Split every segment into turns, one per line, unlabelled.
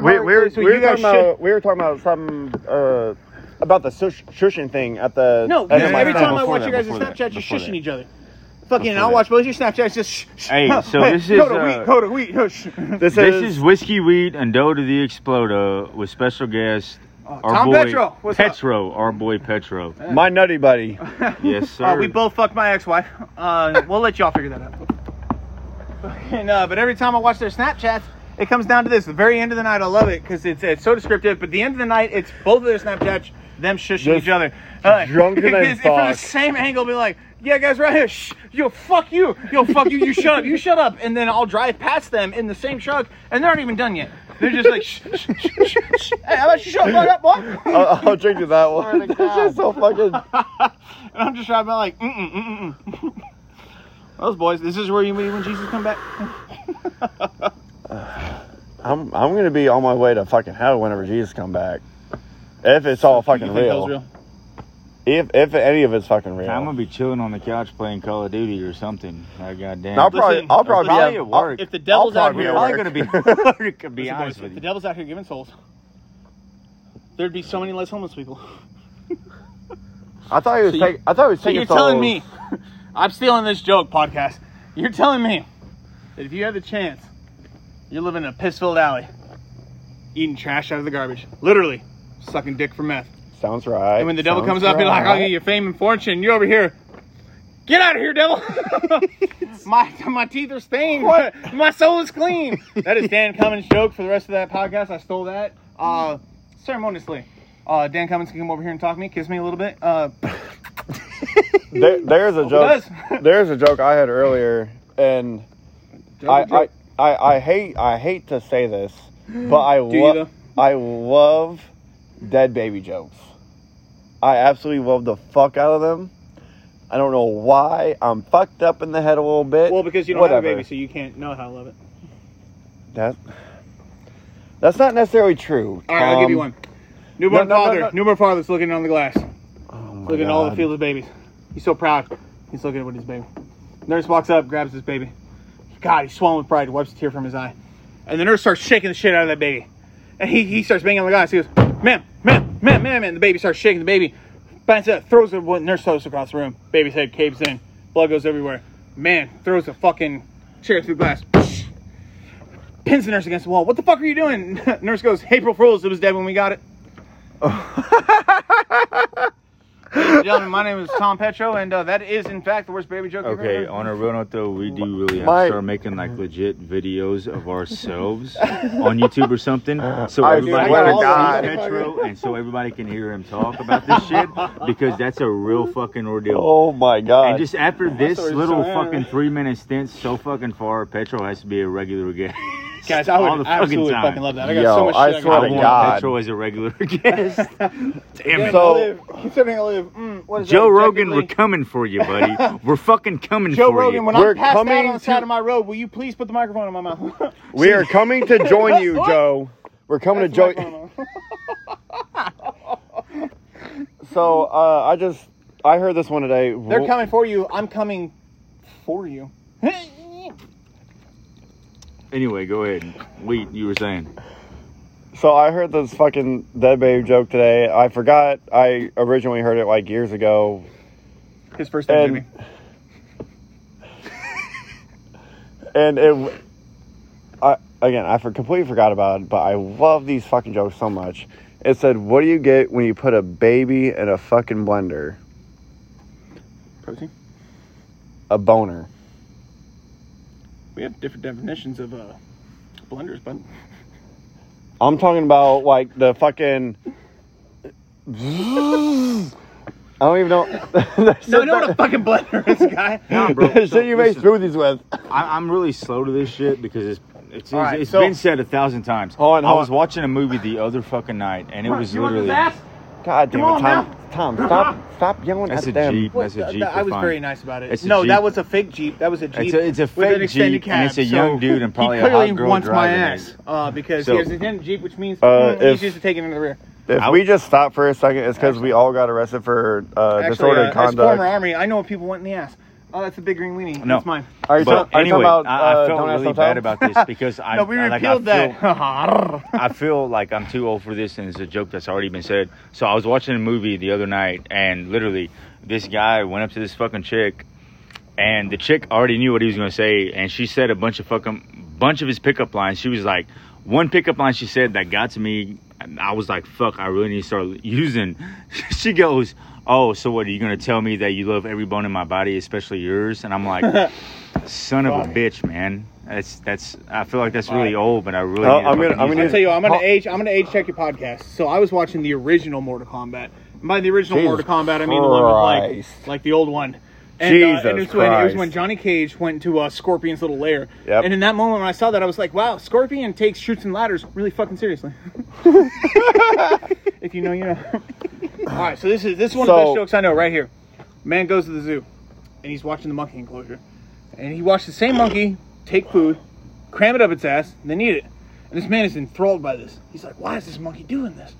we, we were,
so
we were
you
talking
guys
about we were talking about some uh, about the shush- shushing thing at the
No,
at
you-
the
every
Mustang.
time I
before
watch
that,
you guys on
before that,
Snapchat, you're
before
shushing
that.
each other. Fucking,
Before
I'll
that.
watch both your Snapchats. Just shh, shh.
Hey, so this is,
go to
uh,
weed, go to weed, hush.
this,
This
is,
is Whiskey Weed and Doe to the Exploder with special guest our
Oh, Uh, Tom
boy
Petro, what's up?
Petro, our boy Petro.
my nutty buddy.
yes, sir.
Uh, we both fucked my ex-wife. Uh, we'll let y'all figure that out. And, uh, but every time I watch their Snapchats, it comes down to this: the very end of the night, I love it because it's, it's so descriptive. But the end of the night, it's both of their Snapchats, them shushing
Just
each other. Uh,
drunken
it's-
as
it's from the
fuck.
same angle, be like, "Yeah, guys, right here. Shh, yo, fuck you. Yo, fuck you. You shut up. You shut up." And then I'll drive past them in the same truck, and they're not even done yet. They're just like, "Shh, shh, shh, shh, shh. Hey, how about you shut the fuck up, boy?"
I'll, I'll drink to that one.
to
That's just so fucking.
And I'm just driving by like, mm mm mm mm. Those boys, this is where you meet when Jesus come back.
I'm I'm gonna be on my way to fucking hell whenever Jesus come back. If it's all fucking real. If if any of it's fucking real.
I'm gonna be chilling on the couch playing Call of Duty or something. Like, goddamn.
I'll probably
Listen,
I'll probably
probably
be
at work.
If the devil's
I'll
out
probably
here,
be at
probably
work.
gonna be. to be
Listen, boys,
honest
if
with
the
you.
devil's out here giving souls, there'd be so many less homeless people.
I thought he was
So you-
taking. I thought he was
So
taking.
you're telling
photos.
me, I'm stealing this joke podcast. You're telling me that if you had the chance, you're living in a piss-filled alley, eating trash out of the garbage, literally sucking dick for meth.
Sounds right.
And when the devil
Sounds
comes up, be like, I'll
right.
give you fame and fortune. You're over here. Get out of here, devil. my my teeth are stained. My soul is clean. that is Dan Cummins' joke for the rest of that podcast. I stole that uh, ceremoniously. Uh, Dan Cummins can come over here and talk to me, kiss me a little bit. Uh,
There, there's a joke.
does.
there's a joke I had earlier, and I, I, I, I hate I hate to say this, but I
Do you
love
though?
I love dead baby jokes. I absolutely love the fuck out of them. I don't know why I'm fucked up in the head a little bit.
well, because you don't have
Whatever.
a baby, so you can't know how I love it.
That, that's not necessarily true.
All right, I'll give you one. Newborn
Um, no, no,
father,
no. Oh
newborn father's looking on the glass.
Look
Looking at all the field of babies. He's so proud. He's looking at his baby. Nurse walks up, grabs his baby. God, he's swollen with pride, wipes a tear from his eye. And the nurse starts shaking the shit out of that baby. And he, he starts banging on the glass. He goes, ma'am, ma'am, ma'am, ma'am. And the baby starts shaking the baby. Bounces up, throws the one- nurse toast across the room. Baby's head caves in. Blood goes everywhere. Man throws a fucking chair through glass. Pins the nurse against the wall. What the fuck are you doing? nurse goes, April Fools, it was dead when we got it. Gentlemen, my name is Tom Petro, and uh, that is, in fact, the worst baby joke I've ever
Okay,
heard.
on a real note though, we do really have
My-
to start making like legit videos of ourselves on YouTube or something, so
I Oh,
everybody
swear to
can
God.
see Metro and so everybody can hear him talk about this shit because that's a real fucking ordeal.
Oh my god!
And just after this
sorry,
little
sorry.
fucking three minute stint, so fucking far, Petro has to be a regular guest.
Guys, I
all
would
the
absolutely
fucking time.
fucking love that. I got
Yo,
so much shit
I
I
swear
I
to
got.
want
God.
Petro as a regular guest. Damn it.
So-
considering I live, mm, what is
Joe
that,
Rogan, we're
objectively-
coming for you, buddy. We're fucking coming
Joe
for
Rogan,
you.
when
We're
I'm passed out
coming
on the side
to-
of my road, will you please put the microphone in my mouth?
we are coming to join you, Joe. We're coming to join. So uh, I just I heard this one today.
They're coming for you. I'm coming for you.
Anyway, go ahead. Wait, you were saying.
So I heard this fucking dead babe joke today. I forgot I originally heard it like years ago.
His first name,
And
baby.
and it I again, I for, completely forgot about it, but I love these fucking jokes so much. It said, "What do you get when you put a baby in a fucking blender?
Protein.
A boner."
We have different definitions of uh, blenders, but
I'm talking about like the fucking I don't even know.
no, I know what a fucking blender is, guy.
Nah, bro.
the
so
shit you make
listen,
smoothies with.
I, I'm really slow to this shit because it's it's, it's,
All right,
it's
so-
been said a thousand times.
Hold on, hold
I was
on.
watching a movie the other fucking night, and it was literally
God
Come
damn it,
on
Tom! Tom, stop, stop yelling
that's
at
a
them.
jeep.
Well,
That's a
th-
jeep.
th- I
we're
was
fine.
very nice about it.
It's a
no, that
Jeep.
was a fake Jeep. That was a Jeep.
It's a- it's a
with
fake
an extended
Jeep, and it's a
cab,
young
so
dude and probably a
he
hot
clearly
girl
wants my
driving it.
ass uh, because
So-
he has an extended Jeep, which means mm,
Uh,
he's
if-
used to taking it in the rear.
If
I-
we just stop for a second, it's because we all got arrested for uh,
Actually,
disordered
uh, as former
conduct.
army, I know what people want in the ass. Oh, that's a big green weenie.
No.
That's mine.
Are you,
But
ta- are you
anyway,
talking about?
I, I
uh,
felt
don't ask,
really
don't tell?
bad about this because I
no, we
I- like, I
repealed
feel-
that.
I feel like I'm too old for this, and it's a joke that's already been said. So I was watching a movie the other night, and literally, this guy went up to this fucking chick, and the chick already knew what he was gonna say, and she said a bunch of fucking bunch of his pickup lines. She was like, one pickup line she said that got to me. and I was like, fuck, I really need to start using. She goes, oh, so what are you gonna tell me that you love every bone in my body, especially yours? And I'm like, son of a
Fuck.
bitch, man. That's that's. I feel like that's really old, but I really.
Oh,
need to
I'm gonna-
fucking
I'm
use
gonna
I'll
it.
tell you, what, I'm gonna
Paul-
age. I'm gonna age check your podcast. So I was watching the original Mortal Kombat. And by the original
Jesus
Mortal Kombat, I mean the one with
Christ.
like, like the old one. And,
Jesus
uh, and it's when, it was
Christ.
when Johnny Cage went to uh, Scorpion's little lair.
Yep.
And in that moment when I saw that, I was like, wow, Scorpion takes shoots and ladders really fucking seriously. if you know, you know. All right, so this is this is one of the
So-
best jokes I know right here. Man goes to the zoo, and he's watching the monkey enclosure, and he watched the same monkey take food, cram it up its ass, and then eat it. And this man is enthralled by this. He's like, "Why is this monkey doing this?"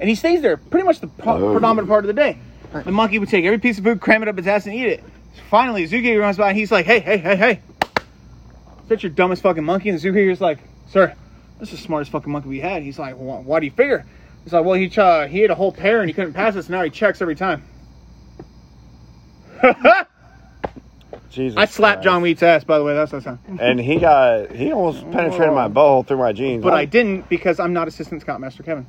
And he stays there pretty much the pro-
Oh.
predominant part of the day. The monkey would take every piece of food, cram it up its ass, and eat it. Finally, the zookeeper runs by, and he's like, "Hey, hey, hey, hey! Is that your dumbest fucking monkey?" And the zookeeper's like, "Sir, this is the smartest fucking monkey we had." He's like, "Why, why do you figure?" He's like, "Well, he uh, he ate a whole pair and he couldn't pass us. Now he checks every time."
Jesus
I slapped
Christ.
John Wheat's ass, by the way. That's that sound.
and he got he almost penetrated my butthole through my jeans.
But I didn't because I'm not assistant scout master Kevin.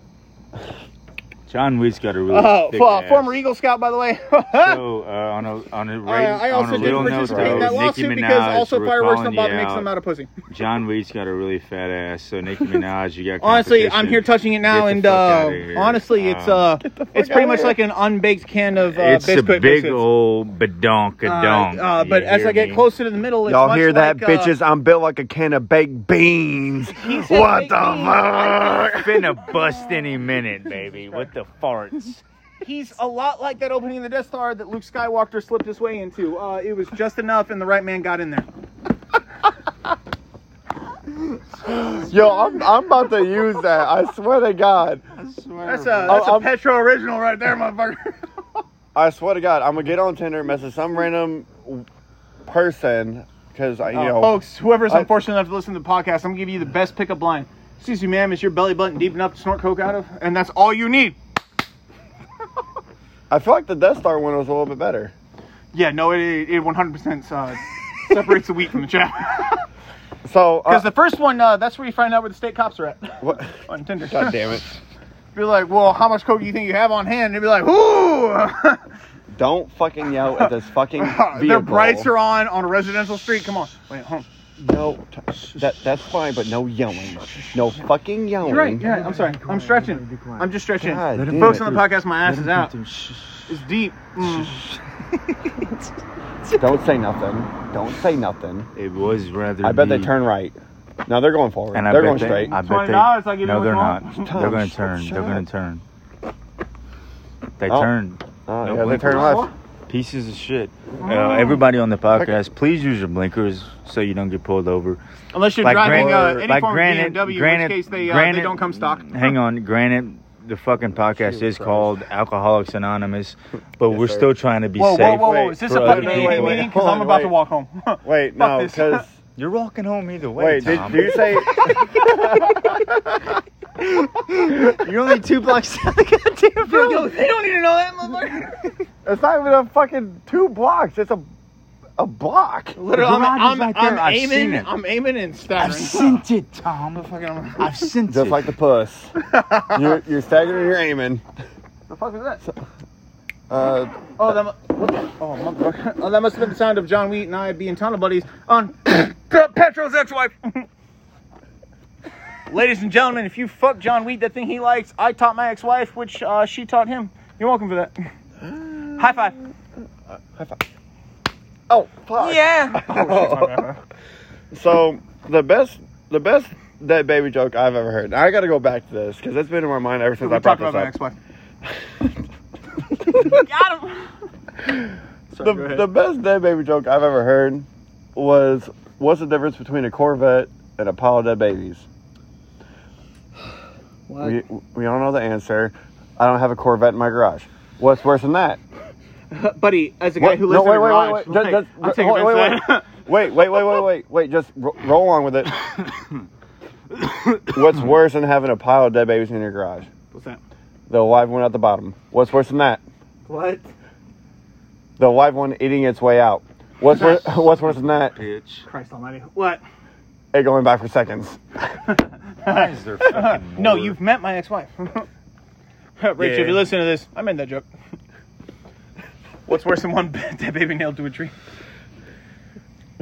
John Wick's got a really
Oh,
thick
fo-
ass.
former Eagle Scout, by the way.
So uh, on a on a,
I,
ra-
I
on
also
a real
didn't
note,
participate
though,
in that
Nicki
lawsuit
Minaj,
because also
we're
fireworks
calling
don't bother
you
me 'cause
out.
I'm not a pussy.
John Wick's got a really fat ass. So Nicki Minaj, you got.
Honestly, I'm
competition.
here touching it now,
Get the
and
fuck
uh,
outta here.
honestly, it's
Um,
uh, it's
fuck
pretty
outta
much
here.
like an unbaked can of uh,
it's a
biscuit
big
biscuits.
old badonk a
Uh,
donk.
uh, but as I get closer to the middle, it's
y'all
much
hear that,
like, uh,
bitches? I'm built like a can of baked beans.
said baked
What the
beans. I
fuck?
finna bust any minute, baby. What the farts?
He's a lot like that opening of the Death Star that Luke Skywalker slipped his way into. Uh, it was just enough, and the right man got in there.
Yo, I'm I'm about to use that. I swear to God.
That's a that's a
I'm-
Petro original right there, motherfucker.
I swear to God, I'm gonna get on Tinder, and message some random person because I, you
Uh,
know,
folks, whoever's
I-
unfortunate enough to listen to the podcast, I'm gonna give you the best pickup line. Excuse me, ma'am, is your belly button deep enough to snort coke out of? And that's all you need.
I feel like the Death Star one was a little bit better.
Yeah, no, it it 100% uh, separates the wheat from the
Uh,
chaff.
So, uh,
Because the first one, uh, that's where you find out where the state cops are at
what?
on Tinder.
God damn it!
Be like, well, how much coke do you think you have on hand? And they'd be like, ooh,
Don't fucking yell at this fucking vehicle.
their brights are on on a residential street. Come on, wait, hold on.
No, t- that that's fine, but no yelling. No fucking yelling.
You're right. You're right. I'm sorry. I'm stretching. I'm just stretching.
God
The
damn
Folks
it.
on the podcast, my ass is out. It's deep. Mm.
Don't say nothing. Don't say nothing.
It was rather.
I bet they
deep.
turn right. No, they're going forward.
Mm-hmm. And I
they're
bet
going
they,
straight.
I bet
$20,
they,
I'll give you Oh, what you
no, they're not.
want.
They're going
Shut-
to turn. They're
shut
going
up.
to turn. They
Oh.
turn.
Oh,
No
yeah, they turn
blinkers.
left.
Pieces of shit.
Mm.
Uh, everybody on the podcast, please use your blinkers so you don't get pulled over.
Unless you're
Like
driving
gran-
uh, any
like
form
granted-
of BMW, in
granted-
which case they, uh, they
granted-
don't come stock.
Hang on, granted, the fucking podcast
Jesus
is
Christ.
called Alcoholics Anonymous, but
Yes,
we're
sir.
still trying to be
Whoa,
safe.
whoa, whoa, whoa!
Wait,
Is this
for
a
other
fucking AA
people.
meeting? Because
Hold
I'm
on,
about to
wait.
walk home.
Wait,
Fuck
no,
this.
because
You're walking home either way.
wait, did,
Tom.
did you say?
You're only two blocks down the goddamn
Yo,
road.
yo, they don't need to know that, motherfucker.
It's not even a fucking two blocks. It's a a block.
Literally, I'm,
garage
I'm,
is right there.
I'm
I've seen
aiming.
it.
I'm aiming and
I've
staggering.
sent it, Tom.
Fucking, I'm-
I've sent
Just
it.
like the puss. You're, you're staggering. You're aiming.
the fuck was that?
Uh,
Oh, that. mu- What the? Oh, motherfucker. Oh, that must have been the sound of John Wheat and I being tunnel buddies on Petro's ex-wife. Ladies and gentlemen, if you fuck John Wheat, that thing he likes, I taught my ex-wife, which uh, she taught him. You're welcome for that. High five.
oh, fuck.
Yeah.
So the best, the best that baby joke I've ever heard. And I got to go back to this because it's been in my mind ever since I
we
brought
talked
this
about
up.
my ex-wife. Got him.
the, the best dead baby joke I've ever heard was what's the difference between a Corvette and a pile of dead babies? We, we all know the answer. I don't have a Corvette in my garage. What's worse than that?
buddy, as a guy
What?
who lives
no, wait,
in a
wait,
garage,
wait, wait,
like,
just-
I'm
just-
taking
wait,
offense
wait,
to
wait,
that.
wait, wait, wait, wait, wait, wait, just ro- roll along with it. What's worse than having a pile of dead babies in your garage?
What's that?
The live one at the bottom. What's worse than that?
What?
The live one eating its way out. What's worse, what's worse than that?
Bitch.
Christ Almighty! What?
It going by for seconds.
Why is there fucking
No,
more?
you've met my ex-wife. Rachel, if you
Yeah.
listen to this, I meant that joke. What's worse than one dead baby nailed to a tree?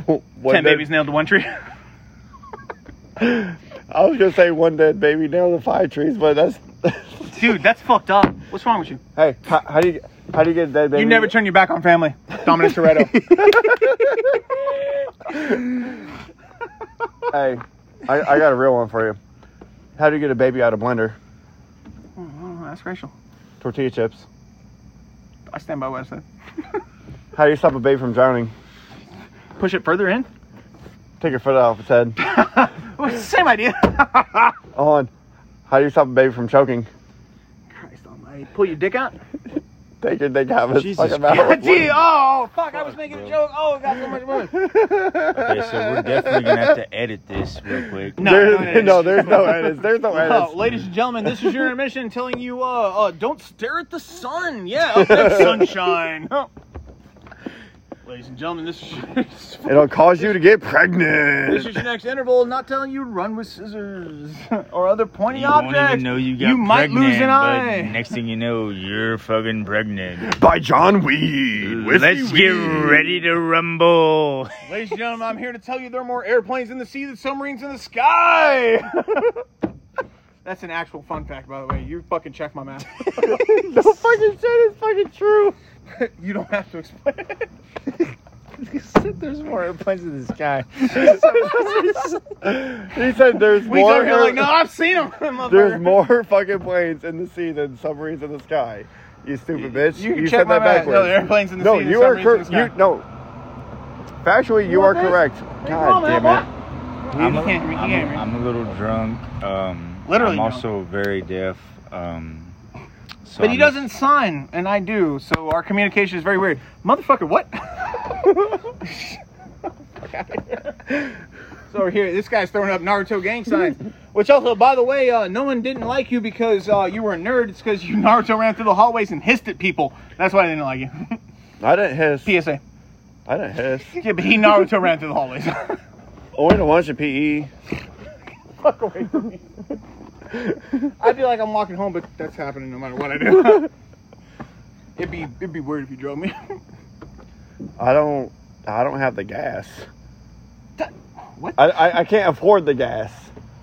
One
Ten
dead-
babies nailed to one tree.
I was gonna say one dead baby down the five trees, but that's.
Dude, that's fucked up. What's wrong with you?
hey, how, how do you how do you get a dead baby?
You never turn your back on family. Dominic Toretto.
Hey, I, I got a real one for you. How do you get a baby out of blender?
Oh, that's racial.
Tortilla chips.
I stand by what I said.
How do you stop a baby from drowning?
Push it further in.
Take your foot off its head.
Oh, it's the same idea.
Hold on. How do you stop a baby from choking?
Christ Almighty! Pull your dick out.
Take your dick out of its
Jesus
fucking mouth.
Gee, oh fuck! I was making a
bro.
joke. Oh, it got so much more.
Okay, so we're definitely gonna have to edit this real quick.
No,
There's-
no, no,
no, there's no edits. There's no
Oh,
edits.
ladies and gentlemen, this is your intermission telling you, uh, uh, don't stare at the sun. Yeah, up next, sunshine. Oh. Ladies and gentlemen, this is, your,
It'll cause you to get
this is
pregnant.
your next interval. Not telling you to run with scissors or other pointy
You won't
objects.
even know you got
might lose an
pregnant,
eye.
but Next thing you know, you're fucking pregnant.
By John Weed.
Let's get ready to rumble.
Ladies and gentlemen, I'm here to tell you there are more airplanes in the sea than submarines in the sky. That's an actual fun fact, by the way. You fucking check my math.
no fucking shit is fucking true.
you don't have to explain it.
There's more airplanes in the sky.
he said there's
We
more.
over here
air-
like, no, I've seen them.
There's more fucking planes in the sea than submarines in the sky. You stupid bitch.
You
You,
can check
said
my
that
math.
backwards.
No, the airplanes in the
No,
sea.
you are
correct.
correct. You no. Factually, you are
want this?
correct.
Hey,
God
come on,
damn
man,
it.
I'm a,
You can't hear me, you
I'm,
can't hear me.
I'm a little drunk. Um,
Literally
I'm
drunk.
also very deaf. Um, so
But he
I'm-
doesn't sign, and I do, so our communication is very weird. Motherfucker, what? Fuck outta here. so we're here. This guy's throwing up Naruto gang signs. Which also, by the way, uh, no one didn't like you because uh, you were a nerd. It's because you Naruto ran through the hallways and hissed at people. That's why they didn't like you.
I didn't hiss.
PSA.
I didn't hiss.
Yeah, but he Naruto ran through the hallways.
Only the ones in E, PE.
Fuck away from me. I feel like I'm walking home, but that's happening no matter what I do. it'd be it'd be weird if you drove me.
I don't. I don't have the gas.
That- what?
I, I, I can't afford the gas.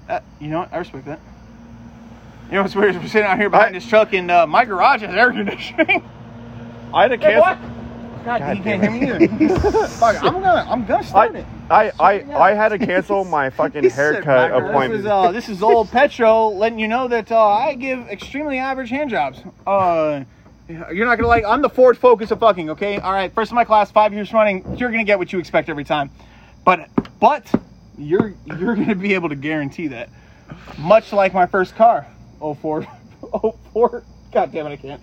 Uh, you know what? I respect that. You know what's weird is we're sitting out here behind
I-
this truck, and uh, my garage has air conditioning.
I had to
Hey,
cancel.
God, you can't hear
damn
me either. Fuck, I'm gonna, I'm gonna start
I,
it.
I, I, I had to cancel my fucking haircut
"Bagger."
appointment.
This is uh, this is old Petro letting you know that uh, I give extremely average hand jobs. Uh, you're not gonna like. I'm the Ford Focus of fucking. Okay, all right. First in my class, five years running. You're gonna get what you expect every time, but but you're you're gonna be able to guarantee that. Much like my first car, oh Ford, oh Ford. God damn it, I can't.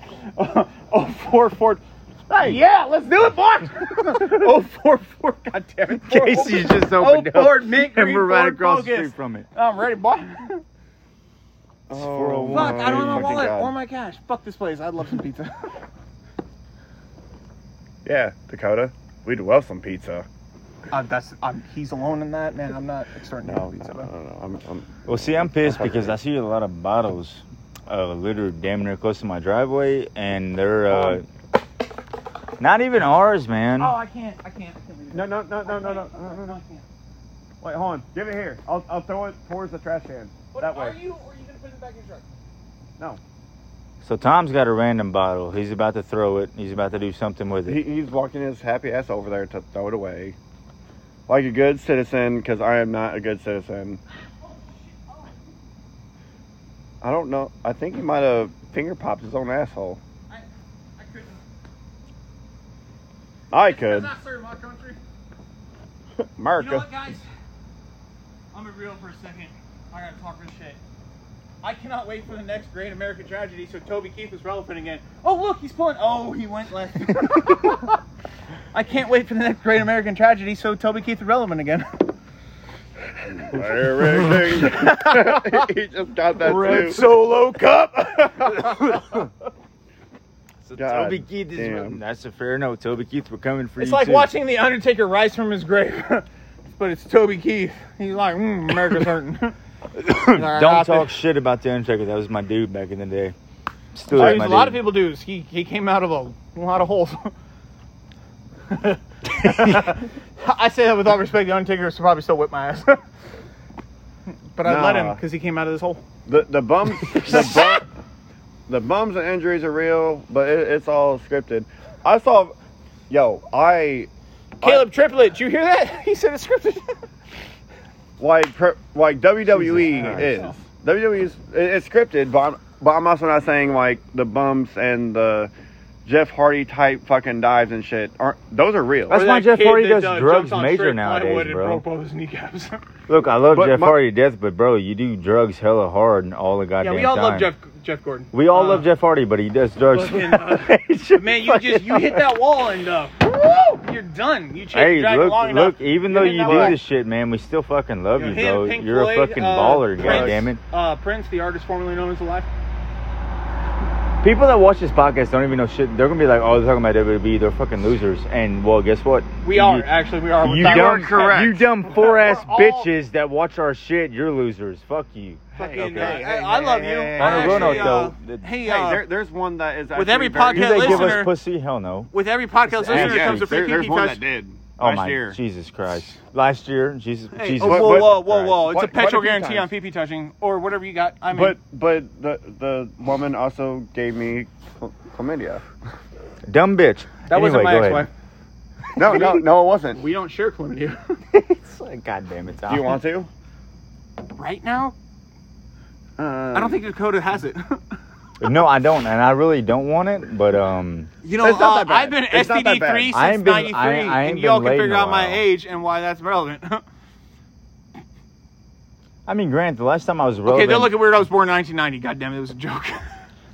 oh Ford Ford. Hey, yeah, let's do it, boy. oh Ford Ford. God damn it. Ford.
Casey's just
Oh,
opened up,
Ford, mint
and
green
we're right
Ford
across the
Focus.
street from it.
I'm ready, boy.
Oh,
Fuck, I don't have my
fucking
wallet
God.
or my cash. Fuck this place. I'd love some pizza.
Yeah, Dakota. We'd love some pizza.
uh, that's I'm, he's alone in that, man. I'm not extorting
No,
pizza.
I
But.
don't know. I'm, I'm,
Well, see, I'm pissed because I see a lot of bottles uh, littered damn near close to my driveway, and they're uh, not even ours, man.
Oh, I can't. I can't. I can't read it.
no, no, no, no, no, no,
I can't.
no, no, no.
I can't.
Wait, hold on. Give it here. I'll, I'll throw it towards the trash can.
What,
that
are
way.
you or are you gonna put it back in your truck?
No.
So Tom's got a random bottle. He's about to throw it. He's about to do something with
He,
it.
he's walking his happy ass over there to throw it away. Like a good citizen, because I am not a good citizen. I don't know. I think he might have finger popped his own asshole.
I, I couldn't.
I could.
not serving my country. You know
America.
what, guys? I'm gonna be real for a second. I gotta talk this shit. I cannot wait for the next great American tragedy so Toby Keith is relevant again. Oh, look, he's pulling. Oh, he went left. I can't wait for the next great American tragedy so Toby Keith is relevant again.
he just got that too.
Solo Cup. so
God
Toby Keith is.
damn.
That's a fair note. Toby Keith, we're coming for
It's
you.
like
too.
watching The Undertaker rise from his grave. but it's Toby Keith. He's like, mm, America's hurting.
Don't talk shit about the Undertaker. That was my dude back in the day. Still
Dude,
is my
a lot of
dude.
people do. is He he came out of a, lot of holes. I say that with all respect. The Undertaker should probably still whip my ass, but I let him
Nah.
because he came out of this hole.
The the bums the bum, the bums and injuries are real, but it, it's all scripted. I saw, yo, I
Caleb Triplett, did you hear that? He said it's scripted.
like pre, like WWE
Jesus
is WWE is it, it's scripted, but I'm, but I'm also not saying like the bumps and the Jeff Hardy type fucking dives and shit aren't those are real.
That's
Or
why
that
Jeff
kid
Hardy
that,
does
uh,
drugs
jumped on
major
straight
nowadays,
plywood and
bro.
broke both his knecaps.
Look, I love
But
Jeff
my-
Hardy to death, but bro, you do drugs hella hard and all the
yeah,
goddamn time.
we all love Jeff Jeff Gordon.
We all love
Uh,
Jeff Hardy, but he does drugs.
fucking, uh,
It's just
Man, you just you hit that wall and uh, woo, you're done. You chase
Hey,
drag
look,
long enough.
look. Even though
hit
you
that
do
wall.
this shit, man, we still fucking love you,
him,
bro.
Pink
You're
Floyd,
a fucking
uh,
baller,
Prince,
goddammit.
Uh, Prince, the artist formerly known as Alive.
People that watch this podcast don't even know shit. They're gonna be like, "Oh, they're talking about WWE. They're fucking losers." And well, guess what?
We
You-
are actually we are.
You
Without-
dumb,
correct.
you dumb four ass
all-
bitches that watch our shit. You're losers. Fuck you.
Fucking,
Okay.
uh, I,
Hey, hey,
I
hey,
love
hey,
you.
hey,
I
On a real
actually, uh,
note, though, the-
hey,
hey,
Hey,
uh,
there, there's one that is
with
actually
every
very-
Do
podcast-
they give
listener-
us pussy? Hell no.
with every podcast
Yeah,
listener comes a free
there- there's
pinky
one
touch.
that did
Oh
last
my
year.
Jesus Christ! Last year, Jesus,
Hey,
Jesus.
oh,
But-
whoa,
but-
whoa, whoa, whoa! It's a
Quite- quite a
perpetual
few
guarantee
times.
on PP touching or whatever you got. I mean,
But but the the woman also gave me chla- chlamydia.
Dumb bitch.
that wasn't
Anyway,
my
go ahead.
ex-wife.
No, no, no, it wasn't.
We don't share chlamydia
It's like, God damn it, Tom.
Do you want to?
right now.
Uh,
I don't think Dakota has it.
No, I don't, and I really don't want it. But um,
You know,
It's not
uh,
that bad.
I've been
It's not that
STD free
bad.
I
since
ain't been-
'93,
I- I ain't
and y'all can
been laid in
figure
a
out my
while.
age and why that's relevant.
I mean, Grant, the last time I was relevant,
okay, don't look at weird. I was born in 1990. God damn it, it was a joke.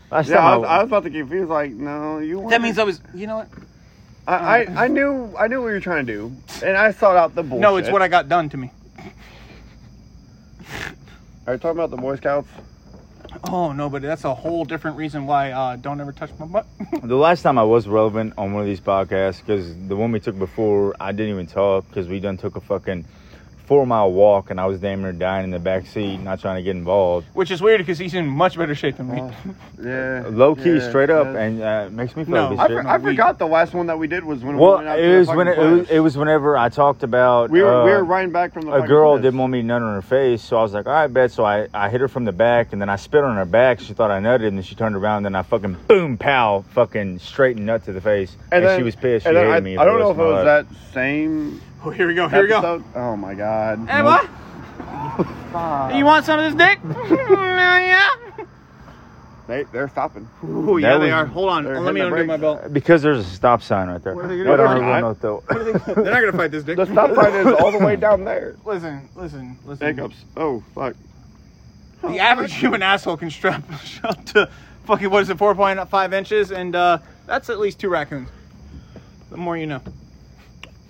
last
Yeah,
time
I was, I was about to confuse. Like, no, you. weren't.
that means I was. You know what?
I, I, I knew, I knew what you were trying to do, and I sought out the bullshit.
No, it's what I got done to me.
Are you talking about the Boy Scouts?
Oh no, but that's a whole different reason why uh, don't ever touch my butt.
The last time I was relevant on one of these podcasts, because the one we took before, I didn't even talk because we done took a fucking four mile walk and I was damn near dying in the back seat, not trying to get involved.
Which is weird because he's in much better shape than me.
Yeah.
Low key,
yeah,
straight up,
yeah.
and uh, makes me feel
No,
a bit
I,
shit.
for, I forgot the last one that we did was when
well,
we went out to
it
the
was
fucking
when it, it
pledge.
was, it was whenever I talked about
we were, we
uh,
were riding back from the.
a
fucking
girl
pledge.
didn't want me to nut on her face, so I was like, all right, bet. So I, I hit her from the back, and then I spit on her back. She thought I nutted, and then she turned around, and then I fucking boom, pow, fucking straight nut to the face. And,
then-
she was pissed. She
and then
hated
I,
me.
I
for the
don't know if
rest
it was
of my life.
that same.
Oh, here we go. Here we go. Eh.
episode. Oh my god.
Hey, what? you want some of this dick? Oh, yeah.
They, they're stopping.
Ooh, yeah,
That
they
was-
are. Hold on.
they're
Let me
hitting the
undo my
brakes.
belt.
Because there's a stop sign right there.
What are they gonna
What
do?
are they
I-
gonna note, though?
They're not gonna fight this dick.
The stop sign is all the way down there.
Listen, listen, listen.
Jacobs. Oh fuck.
The average human asshole can strap up to fucking what is it, four point five inches, and uh, that's at least two raccoons. The more you know.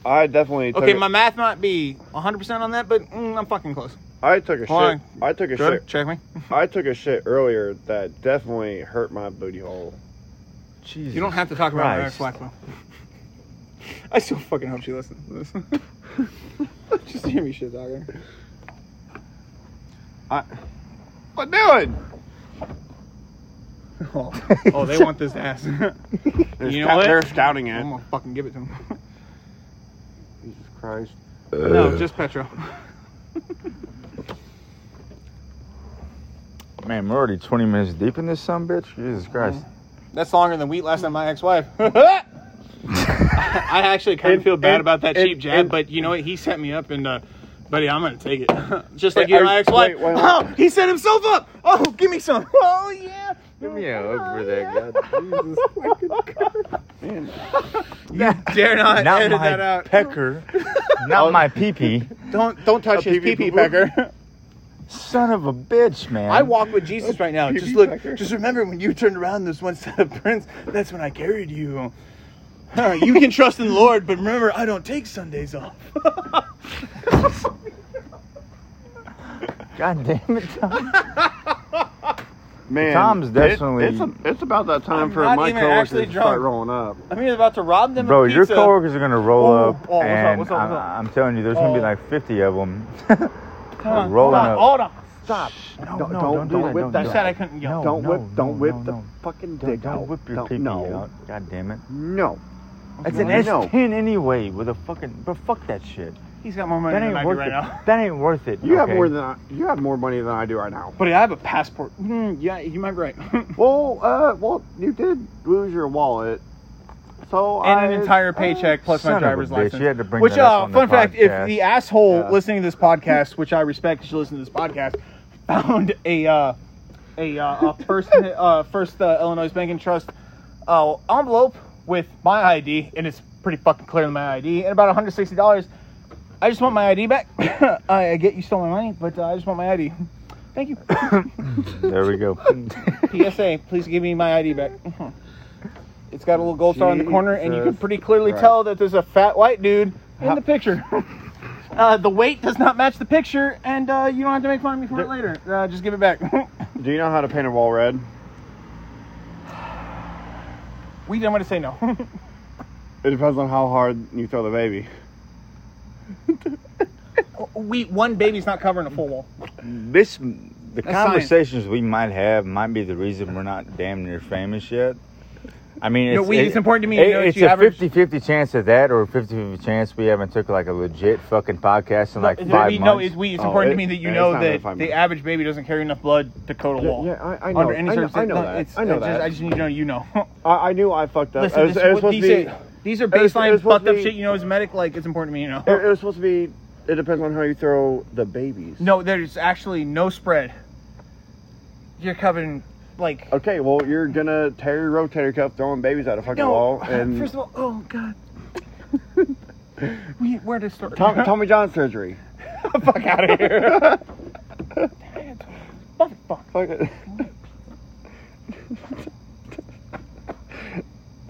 I definitely. Took
Okay,
a-
my math might be 100 percent on that, but mm, I'm fucking close.
I took a
Hold
shit. I took a
Good.
shit.
Check me.
I took a shit earlier that definitely hurt my booty hole.
Jesus
You don't have to talk about my
Christ.
ex-wife. though. I still fucking hope she listens to this. Just hear me shit talking.
What doing?
Oh, oh, they want this ass.
They're,
You know
scout-
what?
they're scouting
I'm
it.
gonna fucking give it to them.
Jesus Christ.
No, just Petro.
Man, we're already 20 minutes deep in this son, bitch. Jesus Christ.
That's longer than wheat last night. My ex-wife. I actually kind of
And-
feel bad
and-
about that
and-
cheap jab,
and-
but you know what? He set me up, and uh, buddy, I'm gonna take it. Just like
Hey,
you and
are-
my ex-wife.
wait, wait, wait.
Oh, he set himself up. Oh, give me some. Oh yeah.
Give me a hug for that,
Man.
Dare not,
Not
edit
my
that out.
pecker. Not my pee pee.
Don't don't touch
A
his
pee-pee
pee pee
poo-poo?
pecker.
Son of a bitch, man.
I walk with Jesus right now.
You
Just
be
look.
back there.
Just remember when you turned around this one set of prints. That's when I carried you. Huh, you can trust in the Lord, but remember, I don't take Sundays off.
God damn it, Tom.
Man,
Tom's
it-
definitely-
it's, a- it's about that time
I'm
for
not
my
even
coworkers
actually
to start
drunk.
rolling up.
I'm either about to rob them.
Bro,
of
your
pizza.
coworkers are gonna roll
Oh,
up,
oh, what's up,
and
what's up, what's up?
I'm, I'm telling you, there's gonna be
Oh.
like 50 of them
Hold on,
rolling
hold on,
up.
Hold on.
Stop.
No,
Don't-
no,
don't-
don't do
don't
that,
whip
don't
that
do
You
shit
said I couldn't yell.
Don't
no,
whip,
no,
don't whip
no,
the
no.
fucking
Don't,
dick
don't
out.
whip your
Don't-
pinky
no.
out. God damn it.
No.
That's an
wrong? No.
S10 anyway with a fucking. Bro, fuck that shit.
He's got more money
That
than I
ain't
do
worth
right
it.
now.
That ain't worth it.
You have
okay?
more than I, you have more money than I do right now.
But I have a passport. Hmm, yeah, you might be right. and
Well, uh, well, you did lose your wallet, so
an
I-
entire paycheck plus
ah, son
my
of a
driver's
bitch,
license.
you had to bring
which,
that up
uh,
on the
fun fact,
podcast.
if the asshole
Yeah.
listening to this podcast, which I respect, should listen to this podcast, found a uh, a, uh, a first uh, first uh, Illinois Bank and Trust uh, envelope with my ID, and it's pretty fucking clear on my ID, and about 160 dollars. I just want my ID back. I I get you stole my money, but uh, I just want my ID. Thank you.
There we go.
PSA, please give me my ID back. It's got a little gold star in the corner, and you can
Jesus
pretty clearly
Christ.
tell that there's a fat white dude in the picture. Uh, the weight does not match the picture, and uh, you don't have to make fun of me for it later. Uh, just give it back.
Do you know how to paint a wall red?
we didn't want to say no.
It depends on how hard you throw the baby.
we one baby's not covering a full wall.
this, the
That's
conversations we might have might be the reason we're not damn near famous yet. I mean,
No,
it's,
we- it's important to me to know that
it's
you
a
average-
50-50 chance of that, or a 50-50 chance we haven't took like a legit fucking podcast in like
There-
five
we-
months.
no, it's, we, it's
Oh,
important
it-
to me that you
it's
know
not
that
about five
the
months.
average baby doesn't carry enough blood to coat a wall.
Yeah, yeah, I, I know.
Under any
I know, I
circumstance,
know
No,
that.
It's,
I know
it's
that.
Just, I just need to know you know.
I, I knew I fucked up.
Listen,
it was,
this,
it was
what,
supposed
these,
to be.
are, these are
it was- it
baseline
was supposed
fucked
to
up
be-
shit you know as a medic. Like, it's important to me, you know.
It, it was supposed to be. It depends on how you throw the babies.
No, there's actually no spread. You're covering like
Okay, well, you're gonna tear your rotator cuff throwing babies at a fucking
no.
wall, and
First of all, oh god. we where to start?
Tom, Tommy John surgery.
fuck out of here. Motherfucker.
Fuck it.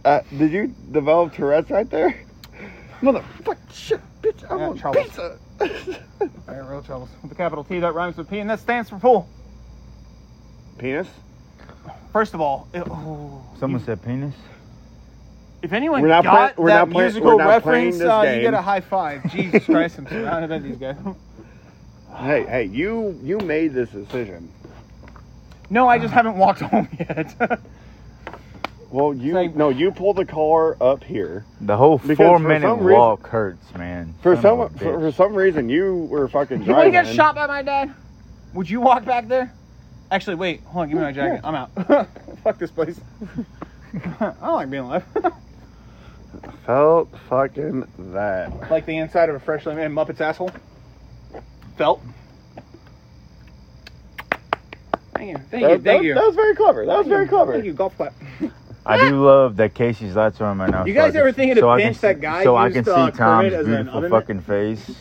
uh, did you develop Tourette's right there? Motherfuck, shit, bitch, I
Yeah,
want
trouble.
pizza.
I got real troubles with the capital T that rhymes with P and that stands for pool.
Penis?
First of all, it- oh,
Someone said penis.
if anyone
We're not play-
got
we're
that
not play-
musical
we're not playing
reference,
this
uh, you
game.
get a high five. Jesus Christ, I'm surrounded by these guys.
Hey, hey, you you made this decision.
No, I just haven't walked home yet.
Well, you
Like-
no, you pulled the car up here.
The whole
Because
four
for
minute
some reason-
walk hurts, man.
For
Son of
some
a
for, for
bitch.
some reason, you were fucking
You want to
driving.
get shot by my dad? Would you walk back there? Actually, wait. Hold on. Give me my jacket. I'm out. Fuck this place. I don't like being alive.
Felt fucking that.
like the inside of a freshly made Muppet's asshole. Felt. Thank you. Thank you.
That- that-
Thank you.
That was very clever. That was very clever.
Thank you. Golf clap.
I do love that Casey's lights are on right now.
You
so I
guys
can-
ever thinking to
so I can
bench
see-
that guy
So I
used,
can
uh,
see
Kermit
Tom's
as an
beautiful
oven
fucking face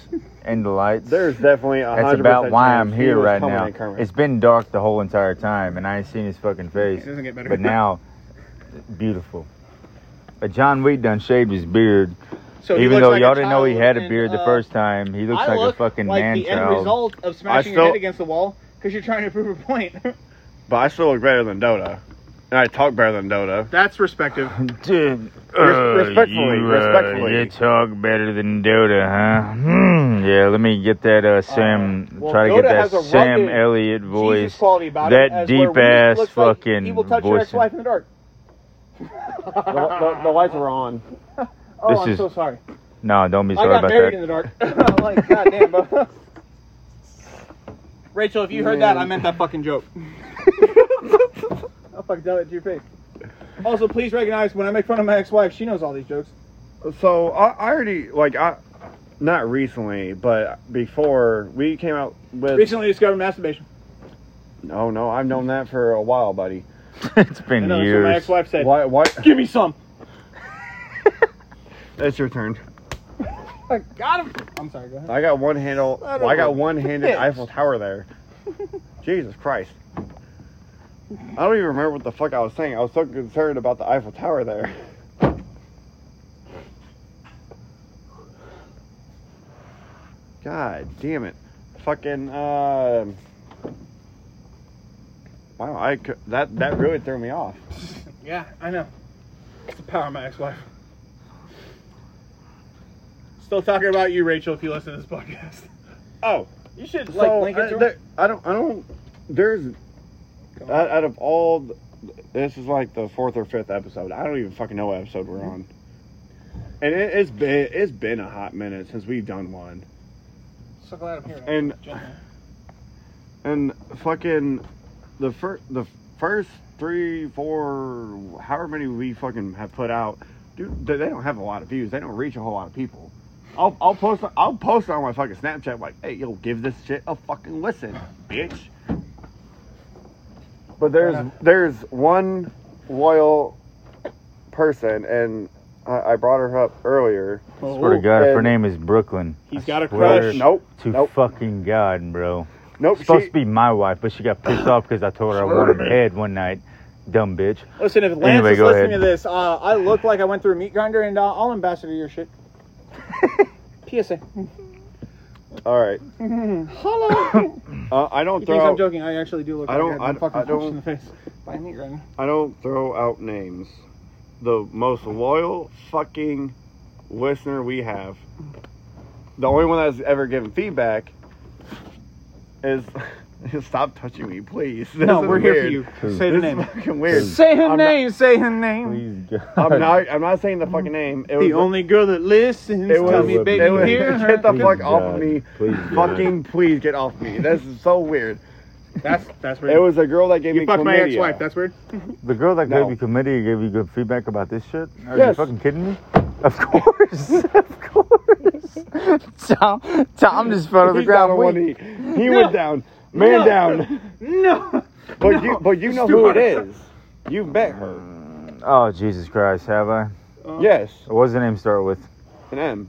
and the lights.
There's definitely a
That's
hundred
about
percent
why
chance
I'm
he
here
was
right
coming
now.
in Kermit.
It's been dark the whole entire time, and I ain't seen his fucking face.
It doesn't get better.
But now, beautiful. But John Wheat done shaved his beard.
So he
Even
looks
though
like a
y'all didn't know he
child
had a
and,
beard the
uh,
first time, he looks
I
like
look
a fucking
like
man
the end
child.
result of smashing your
still-
head against the wall because you're trying to prove a point.
But I still look better than Dota. And I talk better than Dota.
That's respective.
Dude, uh,
respectfully,
you,
respectfully.
you talk better than Dota, huh? Hmm. Yeah, let me get that uh, Sam.
well,
try to
Dota
get
has a
that Sam
rugged
Elliott voice.
Jesus quality about
that
it, as
deep
where
ass
Reese looks
fucking
Like he will touch your
voice.
ex-wife in the dark.
The, the- the lights were on.
Oh,
This
I'm
is-
so sorry.
No, don't be
I
sorry
got
about
buried in
that.
the dark. like, goddamn, bro. Rachel, if you heard that, I meant that fucking joke. I'll fucking tell it to your face. Also, please recognize when I make fun of my ex-wife, she knows all these jokes.
So I, I already like I not recently, but before we came out with
Recently discovered masturbation.
Oh no, I've known that for a while, buddy.
it's been
I know, that's what my
years.
ex-wife said.
Why why
Give me some.
it's your turn.
I got him. I'm sorry. Go ahead.
I got one handle
Son of
well, I
a
got one handed
bitch.
Eiffel Tower there. Jesus Christ. I don't even remember what the fuck I was saying. I was so concerned about the Eiffel Tower there. God damn it. Fucking, uh. Wow, I, cou- that, that really threw me off.
Yeah, I know. It's the power of my ex-wife. Still talking about you, Rachel. If you listen to this podcast, uh,
Oh,
you should
so I, there- I don't, I don't, there's, out,
Uh,
out of all, the, this is like the fourth or fifth episode. I don't even fucking know what episode we're on. And it, it's been, it's been a hot minute since we've done one.
So glad I'm here.
And- And fucking, the first, the first three, four, however many we fucking have put out, dude, they they don't have a lot of views. They don't reach a whole lot of people. I'll, I'll post, I'll post on my fucking Snapchat like, hey, yo, give this shit a fucking listen, bitch. But there's
Yeah.
there's one loyal person, and I, I brought her up earlier.
Swear to God, if her
and-
name is Brooklyn.
He's
I
got a
swear
crush.
Nope,
To
nope.
fucking God, bro.
Nope,
It's supposed
she-
to be my wife, but she got pissed off because I told her I
Swear to
wanted
me.
head one night. Dumb bitch.
Listen, if Lance
Anyway,
is
go
listening
ahead.
to this, uh, I look like I went through a meat grinder, and uh, I'll ambassador your shit. PSA.
All right,
Hello.
uh, I don't
he
throw
thinks I'm
out,
joking. I actually do look.
I
like
don't-
I've been
I d-
fucking
I don't-
punched in the face by a meat grinder.
I don't throw out names. The most loyal fucking listener we have, the only one that's ever given feedback, is stop touching me, please. This
No,
is
we're here for
weird.
you.
True.
Say the
This is
name.
fucking weird.
Say her
I'm not-
name. say her name.
Please, God.
I'm not. I'm not saying the fucking name. It
The
was
only girl that listens.
It
Tell
was-
me, baby,
it was-
hear her.
get the
Please,
fuck off of
God.
me.
Please, God.
Fucking please get off me. This is so weird.
That's that's weird.
It was a girl that gave me
you fucked
chlamydia.
my ex-wife. That's weird.
The girl that
No.
gave you committee gave you good feedback about this shit? Are you
Yes.
fucking kidding me? Of course. of course. Tom, Tom just fell to the
He down
ground.
on one
weak.
knee. He went down. Man
No.
down.
No.
But you, but you know who it is. You met her.
Oh, Jesus Christ. Have I?
Yes,
What does the name start with?
an M.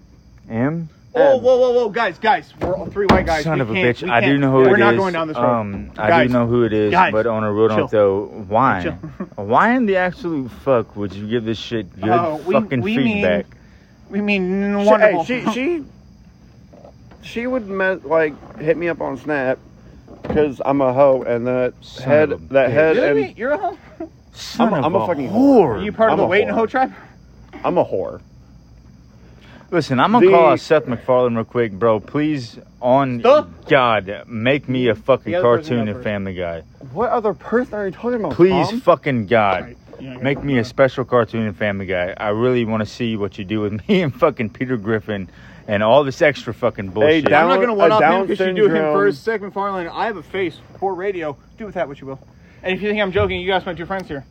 M?
Oh,
Um,
whoa, whoa, whoa, guys, guys, we're all three white guys.
Son
we
of a
can't-
bitch.
we
I do
can't-
know who it is.
We're not going down this road.
Um, I
Guys,
do know who it is,
guys,
but on a real
chill.
note, though, why?
Chill.
why in the absolute fuck would you give this shit good
Oh, we-
fucking
we mean-
feedback?
We mean
She-
wonderful.
Hey, she she she would me- like hit me up on Snap because I'm a hoe and that
Son
head
of a
that
bitch.
head
Really?
and
You're a hoe?
Son
I'm a-
of
I'm a fucking
whore.
Are you part
I'm
of
a
the wait and
whore.
hoe tribe?
I'm a whore.
Listen, I'm gonna
The-
call out Seth MacFarlane real quick, bro. Please, on
Stop.
God, make me a fucking
The other person
cartoon
got
and
first. Oh,
Family Guy.
What other person are you talking about?
Please,
Tom?
fucking God,
Yeah, yeah.
make me a special cartoon and Family Guy. I really want to see what you do with me and fucking Peter Griffin and all this extra fucking bullshit.
down-
I'm not gonna
a
one up him
Down
because you do him
syndrome.
first. Zach McFarlane, I have a face for radio. Do with that what you will. And if you think I'm joking, you guys my two friends here.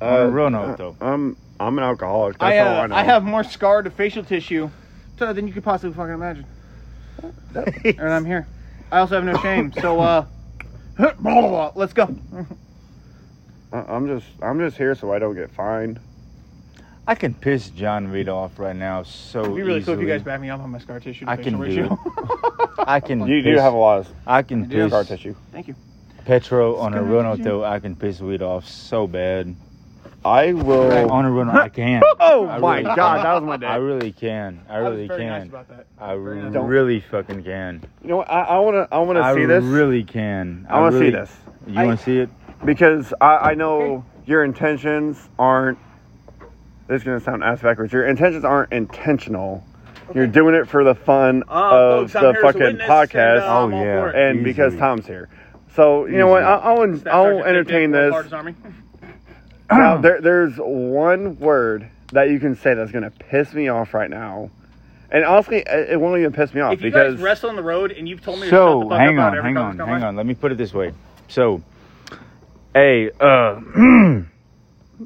on a real note, though.
uh, I'm I'm an alcoholic. That's
I,
all I
uh,
know.
I, have more scarred facial tissue t- than you could possibly fucking imagine. and I'm here. I also have no shame. So, uh, blah, blah, blah. let's go.
Oh,
I- I'm just I'm just here so I don't get fined.
I can piss John Reed off right now so
It'd be really
easily.
cool if you guys back me up on my scar tissue to
I
facial
can do
ratio.
I can.
You do
piss-
have a lot of
I can
deer
piss
scar tissue.
Thank you.
Petro on a
Scar
real note
tissue.
though. I can piss Reed off so bad.
I will.
On a real note, I can.
Oh
I
my
really can.
god, that was my
I
day.
really can. I
I was
really
very nice
can.
about that.
I
Very nice.
Don't-
really fucking can.
You know, what? I, I wanna I wanna
I
see this.
really can.
I wanna
really-
see this
You
I-
want to see it?
because I, I know your intentions aren't. This is gonna sound ass backwards. Your intentions aren't intentional. You're doing it for the fun
Oh,
of the fucking podcast,
uh, I'm all yeah. for it.
and because
Easily.
Tom's here. So you know what? I, I'll en- I'll entertain this. Uh, Now, there, there's one word that you can say that's gonna piss me off right now, and honestly, it, it won't even piss me off
If you
because
guys wrestle on the road and you've told me to shut
So
the fuck
hang
up
on,
about
hang on, hang on. Let me put it this way. So, hey, uh,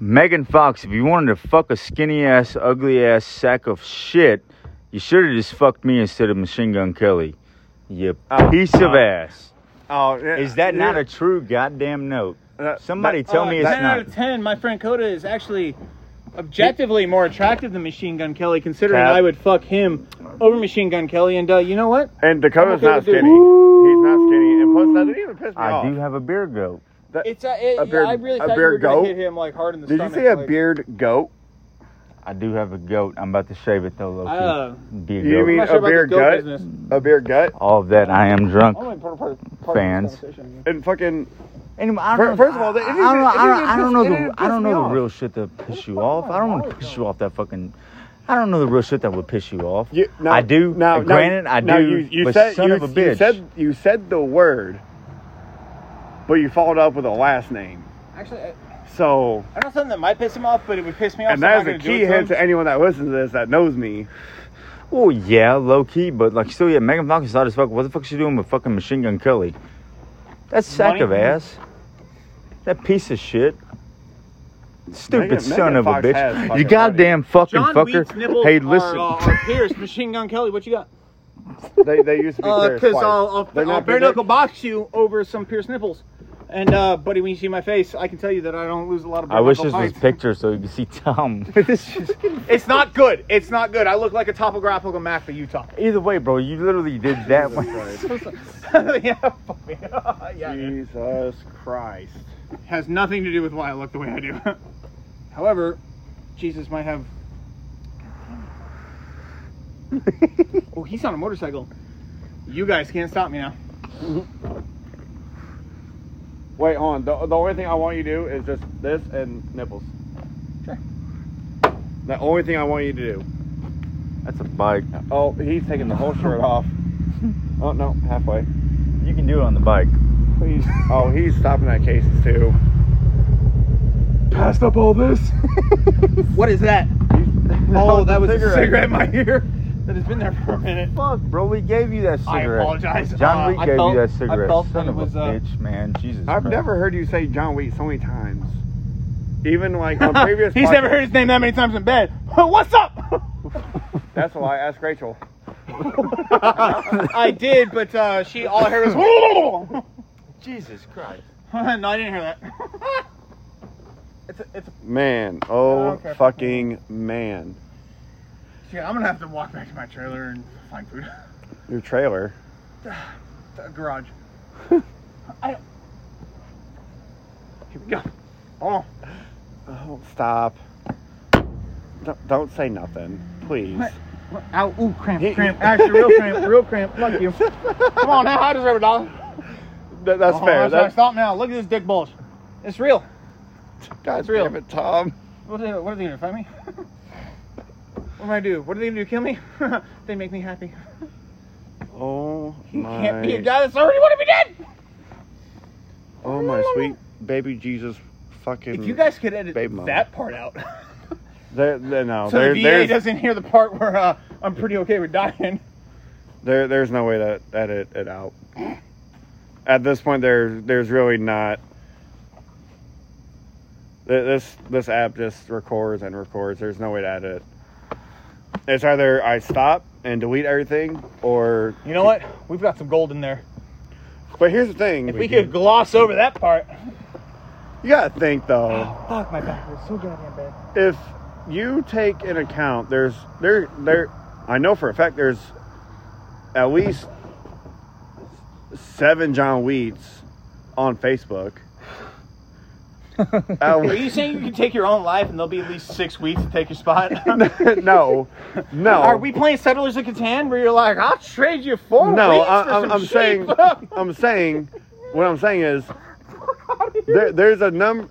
Megan Fox, if you wanted to fuck a skinny ass, ugly ass sack of shit, you should have just fucked me instead of Machine Gun Kelly. You
Oh,
piece of
oh.
ass.
oh, yeah,
Is that not
yeah,
a true goddamn note?
that-
Somebody
that-
tell me it's
ten Uh, out
not.
of ten, my friend Coda is actually objectively more attractive than Machine Gun Kelly, considering
Cap.
I would fuck him over Machine Gun Kelly. And uh, you know what?
and
I'm
Dakota's
okay
not
with doing-
skinny. He's puss. That didn't even piss me
I
off.
do have a beer goat.
That-
It's a, it,
A beard-
I really
a
thought you were
beard
gonna
goat?
hit him like hard in the
Did you
stomach.
see a
like-
beard goat?
I do have a goat. I'm about to shave it though, Loki.
Uh,
beer
you
goat.
I'm
mean-
not sure
A
about this
beard
goat
gut?
business.
A beer gut?
All of that. I am drunk.
I'm only part, part, part
Fans.
Of this conversation.
And fucking
Anyway, I
Fir-
don't,
first of all,
I,
it
I
didn't
don't
even-
know.
it
I
didn't
don't, I don't
piss-
know
it
the.
didn't
I don't
piss me
know the
off.
real shit that piss you off. I don't want to piss you off that fucking. I don't know the real shit that would piss you off.
You, now,
I do.
Now,
Now, granted, I do.
now you, you
but
said,
son
you,
of a
you
bitch.
said you said the word, but you followed up with a last name.
Actually, I,
So,
I know something that might piss him off, but it would piss me off.
and
so I'm
that is
not
a
gonna do
key
it to him.
hint to anyone that listens to this that knows me.
well, Oh, yeah, low key, but like still, yeah, Megan Fox is hot as fuck. What the fuck is she doing with fucking Machine Gun Kelly? That sack
Money?
of ass. That piece of shit. Stupid
Megan-
son
Megan
of
Fox
a
has
bitch.
fucking
You goddamn fucking
John Wheat's
fucker.
nipples
Hey,
Are,
listen.
uh, are pierced. Machine Gun Kelly, what you got?
They, they used to be
Because
clear as twice.
Uh, I'll,
They're
I'll,
not
I'll bare
big-
knuckle box you over some pierced nipples. And, uh, buddy, when you see my face, I can tell you that I don't lose a lot of bare
I wish
knuckle
this was
fights.
picture so you could see Tom.
It's not good. It's not good. I look like a topographical map for Utah.
Either way, bro, you literally did that one.
yeah, fuck me. yeah.
Jesus Christ.
Has nothing to do with why I look the way I do. However, Jesus might have. oh, he's on a motorcycle. You guys can't stop me now.
Wait, hold on. The, the only thing I want you to do is just this and nipples.
Sure.
The only thing I want you to do.
That's a bike.
Oh, he's taking the whole shirt off. Oh, no, halfway.
You can do it on the bike.
Please. Oh, he's stopping at cases too.
Passed up all this. what is that? Oh, that was a cigarette. in my ear that has been there for a minute.
Fuck, bro, we gave you that
I
cigarette.
apologize.
John,
Uh,
we
I
gave
felt-
you that
I
cigarette.
felt
Son
that
of
it was,
a
uh,
bitch, man. Jesus.
I've
Christ.
never heard you say John Wheat so many times. Even like on previous.
He's never
podcasts.
heard his name that many times in bed. What's up?
That's why I asked Rachel.
I did, but uh, she all I heard was.
Jesus Christ.
no, I didn't hear that. it's a, it's. A,
Man,
I
oh
don't care.
fucking man,
shit, I'm gonna have to walk back to my trailer and find food.
your trailer.
The garage. I don't. Here we go. Oh,
Oh, stop. Don't, don't say nothing, please.
What? ow, ooh, cramp,
He-
cramp. Actually, real cramp, real cramp. Fuck you. Come on now, I deserve a dollar.
That- that's
Oh,
fair.
I'm sorry,
That's,
Stop now. Look at this dick bulge. It's real.
God
it's real.
damn it, Tom.
What are, they, what are they gonna find me? what am I do? What are they gonna do? Kill me? they make me happy.
Oh
You
my.
can't be a guy that's already want to be dead.
Oh my sweet baby Jesus, fucking.
If you guys could edit
Babe mama.
that part out,
There, there, no,
so
there,
the VA
there's,
doesn't hear the part where uh, I'm pretty okay with dying.
there, there's no way to edit it out. At this point, there, there's really not. Th- This this app just records and records. There's no way to edit. It's either I stop and delete everything, or
You know what? We've got some gold in there.
but here's the thing.
If we, could gloss over that part.
you gotta think though.
Fuck my back hurts so goddamn bad.
if you take in account there's there there I know for a fact there's at least seven John Wheats on Facebook. At
Are
le-
you saying you can take your own life and there'll be at least six weeks to take your spot?
no, no.
Are we playing Settlers of Catan where you're like, I'll trade you four
No,
weeks
I,
for
I'm,
some
I'm
sheep?
saying I'm saying what I'm saying is there, there's a number.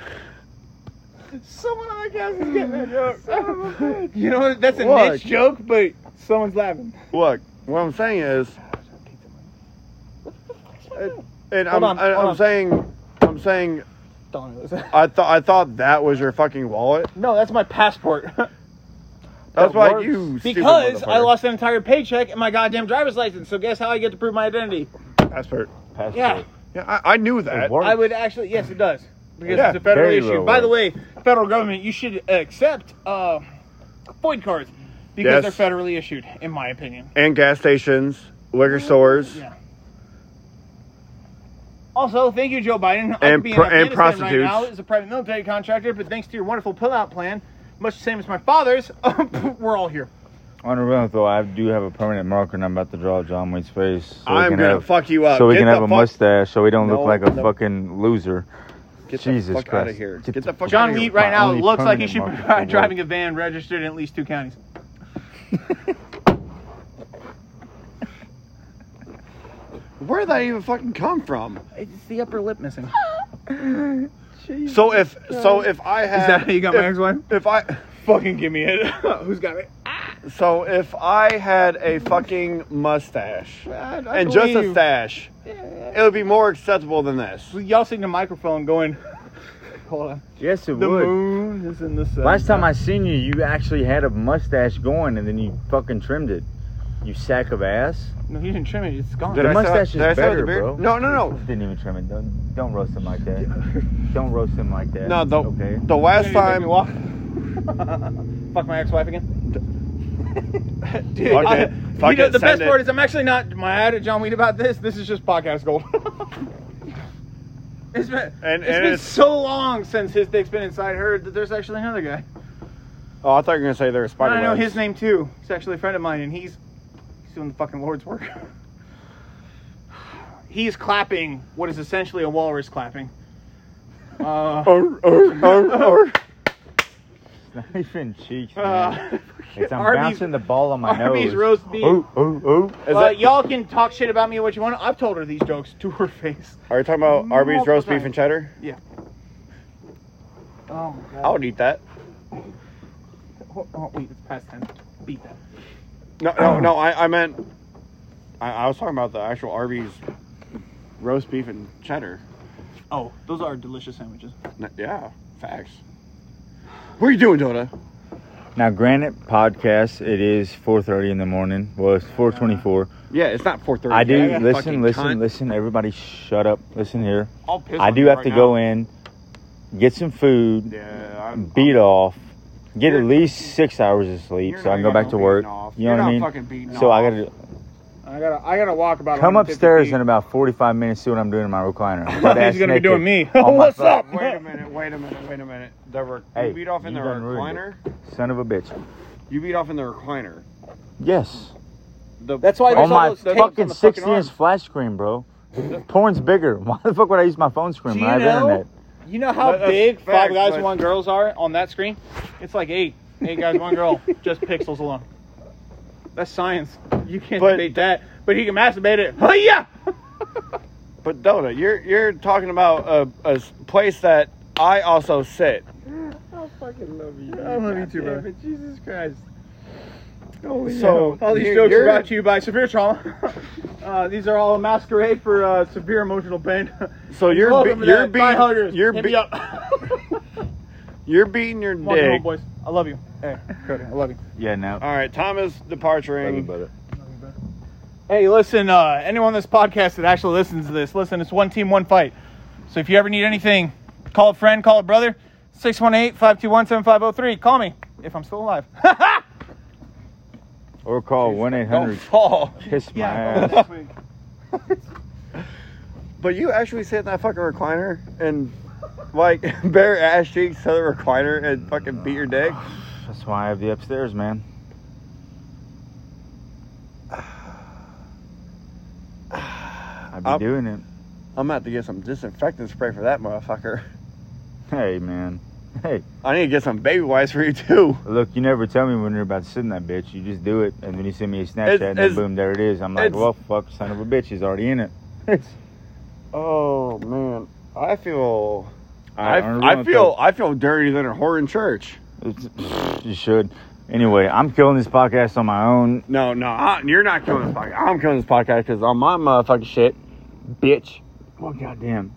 Someone on the cast is getting that joke. you know, what? that's a
Look.
niche joke, but someone's laughing.
Look, what I'm saying is, and, and I'm
Hold on,
I,
hold
I'm
on.
saying I'm saying
Don't lose.
I thought I thought that was your fucking wallet.
No, that's my passport.
That's
That
why
works.
you stupid
because I
motherfucker.
lost an entire paycheck and my goddamn driver's license. So guess how I get to prove my identity?
passport.
Passport.
Yeah.
Yeah, I, I knew that.
works.
I would actually, yes, it does. Because
Yeah,
it's a federal
very
issue.
well
By the way,
worked.
federal government, you should accept uh, FOID cards because
Yes.
they're federally issued, in my opinion.
And gas stations, liquor stores,
Yeah. Also, thank you, Joe Biden. I could
And
be
pro-
in
and
Afghanistan Right
prostitutes.
now as a private military contractor, but thanks to your wonderful pullout plan, much the same as my father's, we're all here.
On a real though, I do have a permanent marker, and I'm about to draw John Wayne's face. So we
I'm
can
gonna
have,
fuck you up.
So we
Get
can
the
have a
fuck-
mustache, so we don't
No,
look like a
no.
fucking loser.
Get
Jesus
the fuck out
Christ.
of here. Get,
Get the
the fuck
John
out of
Wheat
here.
right now
only
looks like he
permanent
should
marker for
be
work.
driving a van registered in at least two counties.
Where did that even fucking come from?
It's the upper lip missing.
So if so if I had
Is that how you got my
if-
ex-wife?
If I
Fucking give me it. Who's got it?
so if I had a fucking mustache
I
and just a
believe-
stash, it would be more acceptable than this.
Y'all seen the microphone going. Hold on.
Yes, it
The
would.
moon is in the sun.
Last time I seen you, you actually had a mustache going, and then you fucking trimmed it. You sack of ass.
No, you didn't trim it. It's gone.
Did
the
I still-
mustache
did I
is
still have the
better,
beard?
bro.
No, no, no.
Didn't even trim it. Don't, don't roast him like that. don't roast him like that.
No, the
okay.
the last time
walk. Fuck my ex-wife again. Dude,
Fuck
I-
it. Fuck
you know,
it,
the best
send it.
part is I'm actually not mad at John Weed about this. This is just podcast gold. it's been, it's
And- and
been
it's-
so long since his dick's been inside her that there's actually another guy.
Oh, I thought you were gonna say there were spider
I know
webs.
his name too. He's actually a friend of mine, and he's he's doing the fucking Lord's work. he's clapping what is essentially a walrus clapping. Uh,
Arr, arr, arr, arr.
It's not even cheeks, man.
uh,
it's, I'm
Arby's-
bouncing the ball on my
Arby's
nose.
roast beef.
Oh, oh, oh.
Is
Uh,
that,
y'all can talk shit about me what you want. I've told her these jokes to her face.
are you talking about Arby's roast beef and cheddar?
Oh my god.
I would eat that.
Oh, oh, wait, it's past ten. Beat that.
No, no, no. I, I meant, I, I was talking about the actual Arby's roast beef and cheddar.
Oh, those are delicious sandwiches.
N- Yeah, facts. What are you doing, Dota?
Now, granted, podcast. It is 4:30 in the morning. Well, it's 4:24.
Yeah, it's not 4:30.
I do
you
listen,
fucking
listen,
cunt.
listen. Everybody, shut up. Listen here.
I'll piss
I
on
do
you
have
right
to
now.
go in, get some food,
Yeah, I'm,
beat off, get at
You're-
least six hours of sleep,
You're
so I can
not
go back to
fucking
work.
beating off.
You know
You're
what I
not
mean?
fucking beating
so I
off.
gotta
I gotta I gotta walk about.
come
150
upstairs
feet.
in about 45 minutes. See what I'm doing in my recliner. I'm
He's
butt-ass
gonna be
naked
doing me.
on my
What's
phone.
up?
Wait a minute, wait a minute, wait a minute. The rec-
Hey,
you beat off in
you
the
done ruined
recliner.
Son of a bitch.
You beat off in the recliner.
Yes.
The
That's why
on
there's all
my
those tapes on
fucking
the fucking
60 inch
arm.
flash screen, bro. Porn's bigger. Why the fuck would I use my phone screen
Do
when
you
I have
know?
internet?
You know how
That- that's
big Five
facts,
Guys
but-
One Girls are on that screen? It's like eight, eight guys one girl, just pixels alone. That's science. You can't
But-
debate that. But he can masturbate it. Oh yeah.
But Dota, you're you're talking about a, a s- place that I also sit.
I fucking love you.
I love you too,
Goddamn
bro.
it, Jesus Christ.
So
All these
you-
jokes are
you're-
brought to you by severe trauma. uh, these are all a masquerade for uh, severe emotional pain.
So you're
Welcome
be-
to
you're
that. Bye,
beating
huggers.
you're
Hit
be-
me up.
you're beating your
Welcome home,
dick.
boys. I love you. Hey, Cody, I love you.
Yeah, no.
All right, Thomas departure ring.
Hey, listen, uh, anyone on this podcast that actually listens to this, listen, it's one team, one fight. So if you ever need anything, call a friend, call a brother, 618-521-7503. Call me if I'm still alive.
Or call 1
Don't
800
fall.
Kiss My
Yeah,
Ass.
But you actually sit in that fucking recliner and like bare ass cheeks to the recliner and fucking beat your dick.
That's why I have the upstairs, man. I'd be
Up.
doing it.
I'm about to get some disinfectant spray for that motherfucker.
Hey, man. Hey,
I need to get some baby wipes for you too.
look, you never tell me when you're about to sit in that bitch. You just do it. And then you send me a Snapchat, and then
it's-
boom, there it is. I'm like,
it's-
well, fuck, son of a bitch. He's already in it.
Oh man, I feel I,
Alright,
I
Arnold,
feel I feel dirtier than a whore in church.
It's- you should. Anyway, I'm killing this podcast on my own.
No, no, I, you're not killing this podcast. I'm killing this podcast because on my motherfucking shit, bitch.
Well, goddamn.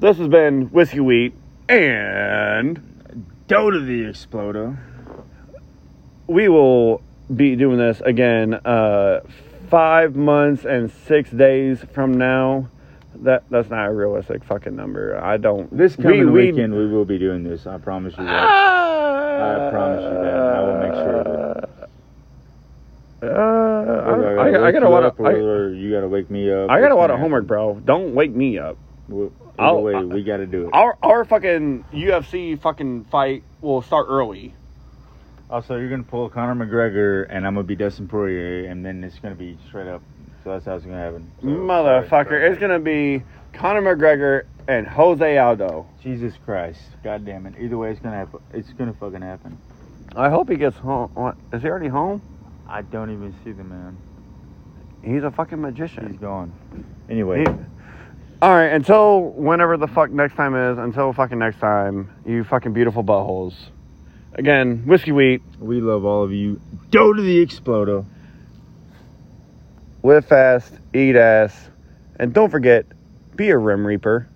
This has been whiskey wheat, and
Dota the Exploder.
we will be doing this again uh, five months and six days from now. That that's not a realistic fucking number. I don't.
This
we-
coming
we-
weekend, we will be doing this. I promise you that.
I
I promise you that. I will make sure of it.
Uh, I, I, I got a lot of I,
you gotta wake me up.
I got a
It's
lot
gonna
of homework, bro. Don't wake me up.
happen. Either
I'll-
way,
I-
we gotta do it.
Our our fucking UFC fucking fight will start early.
Also, Oh, you're gonna pull Conor McGregor, and I'm gonna be Dustin Poirier, and then it's gonna be straight up. So that's how it's gonna happen. So,
Motherfucker,
sorry.
it's gonna be Conor McGregor and Jose Aldo.
Jesus Christ, God damn it! Either way, it's gonna happen. It's gonna fucking happen.
I hope he gets home. What, is he already home?
I don't even see the man.
He's a fucking
He's
magician.
gone. Anyway,
He- all right, until whenever the fuck next time is, until fucking next time, you fucking beautiful buttholes. Again, whiskey wheat
we love all of you. Go to the Explodo.
live fast, eat ass, and don't forget, be a rim reaper.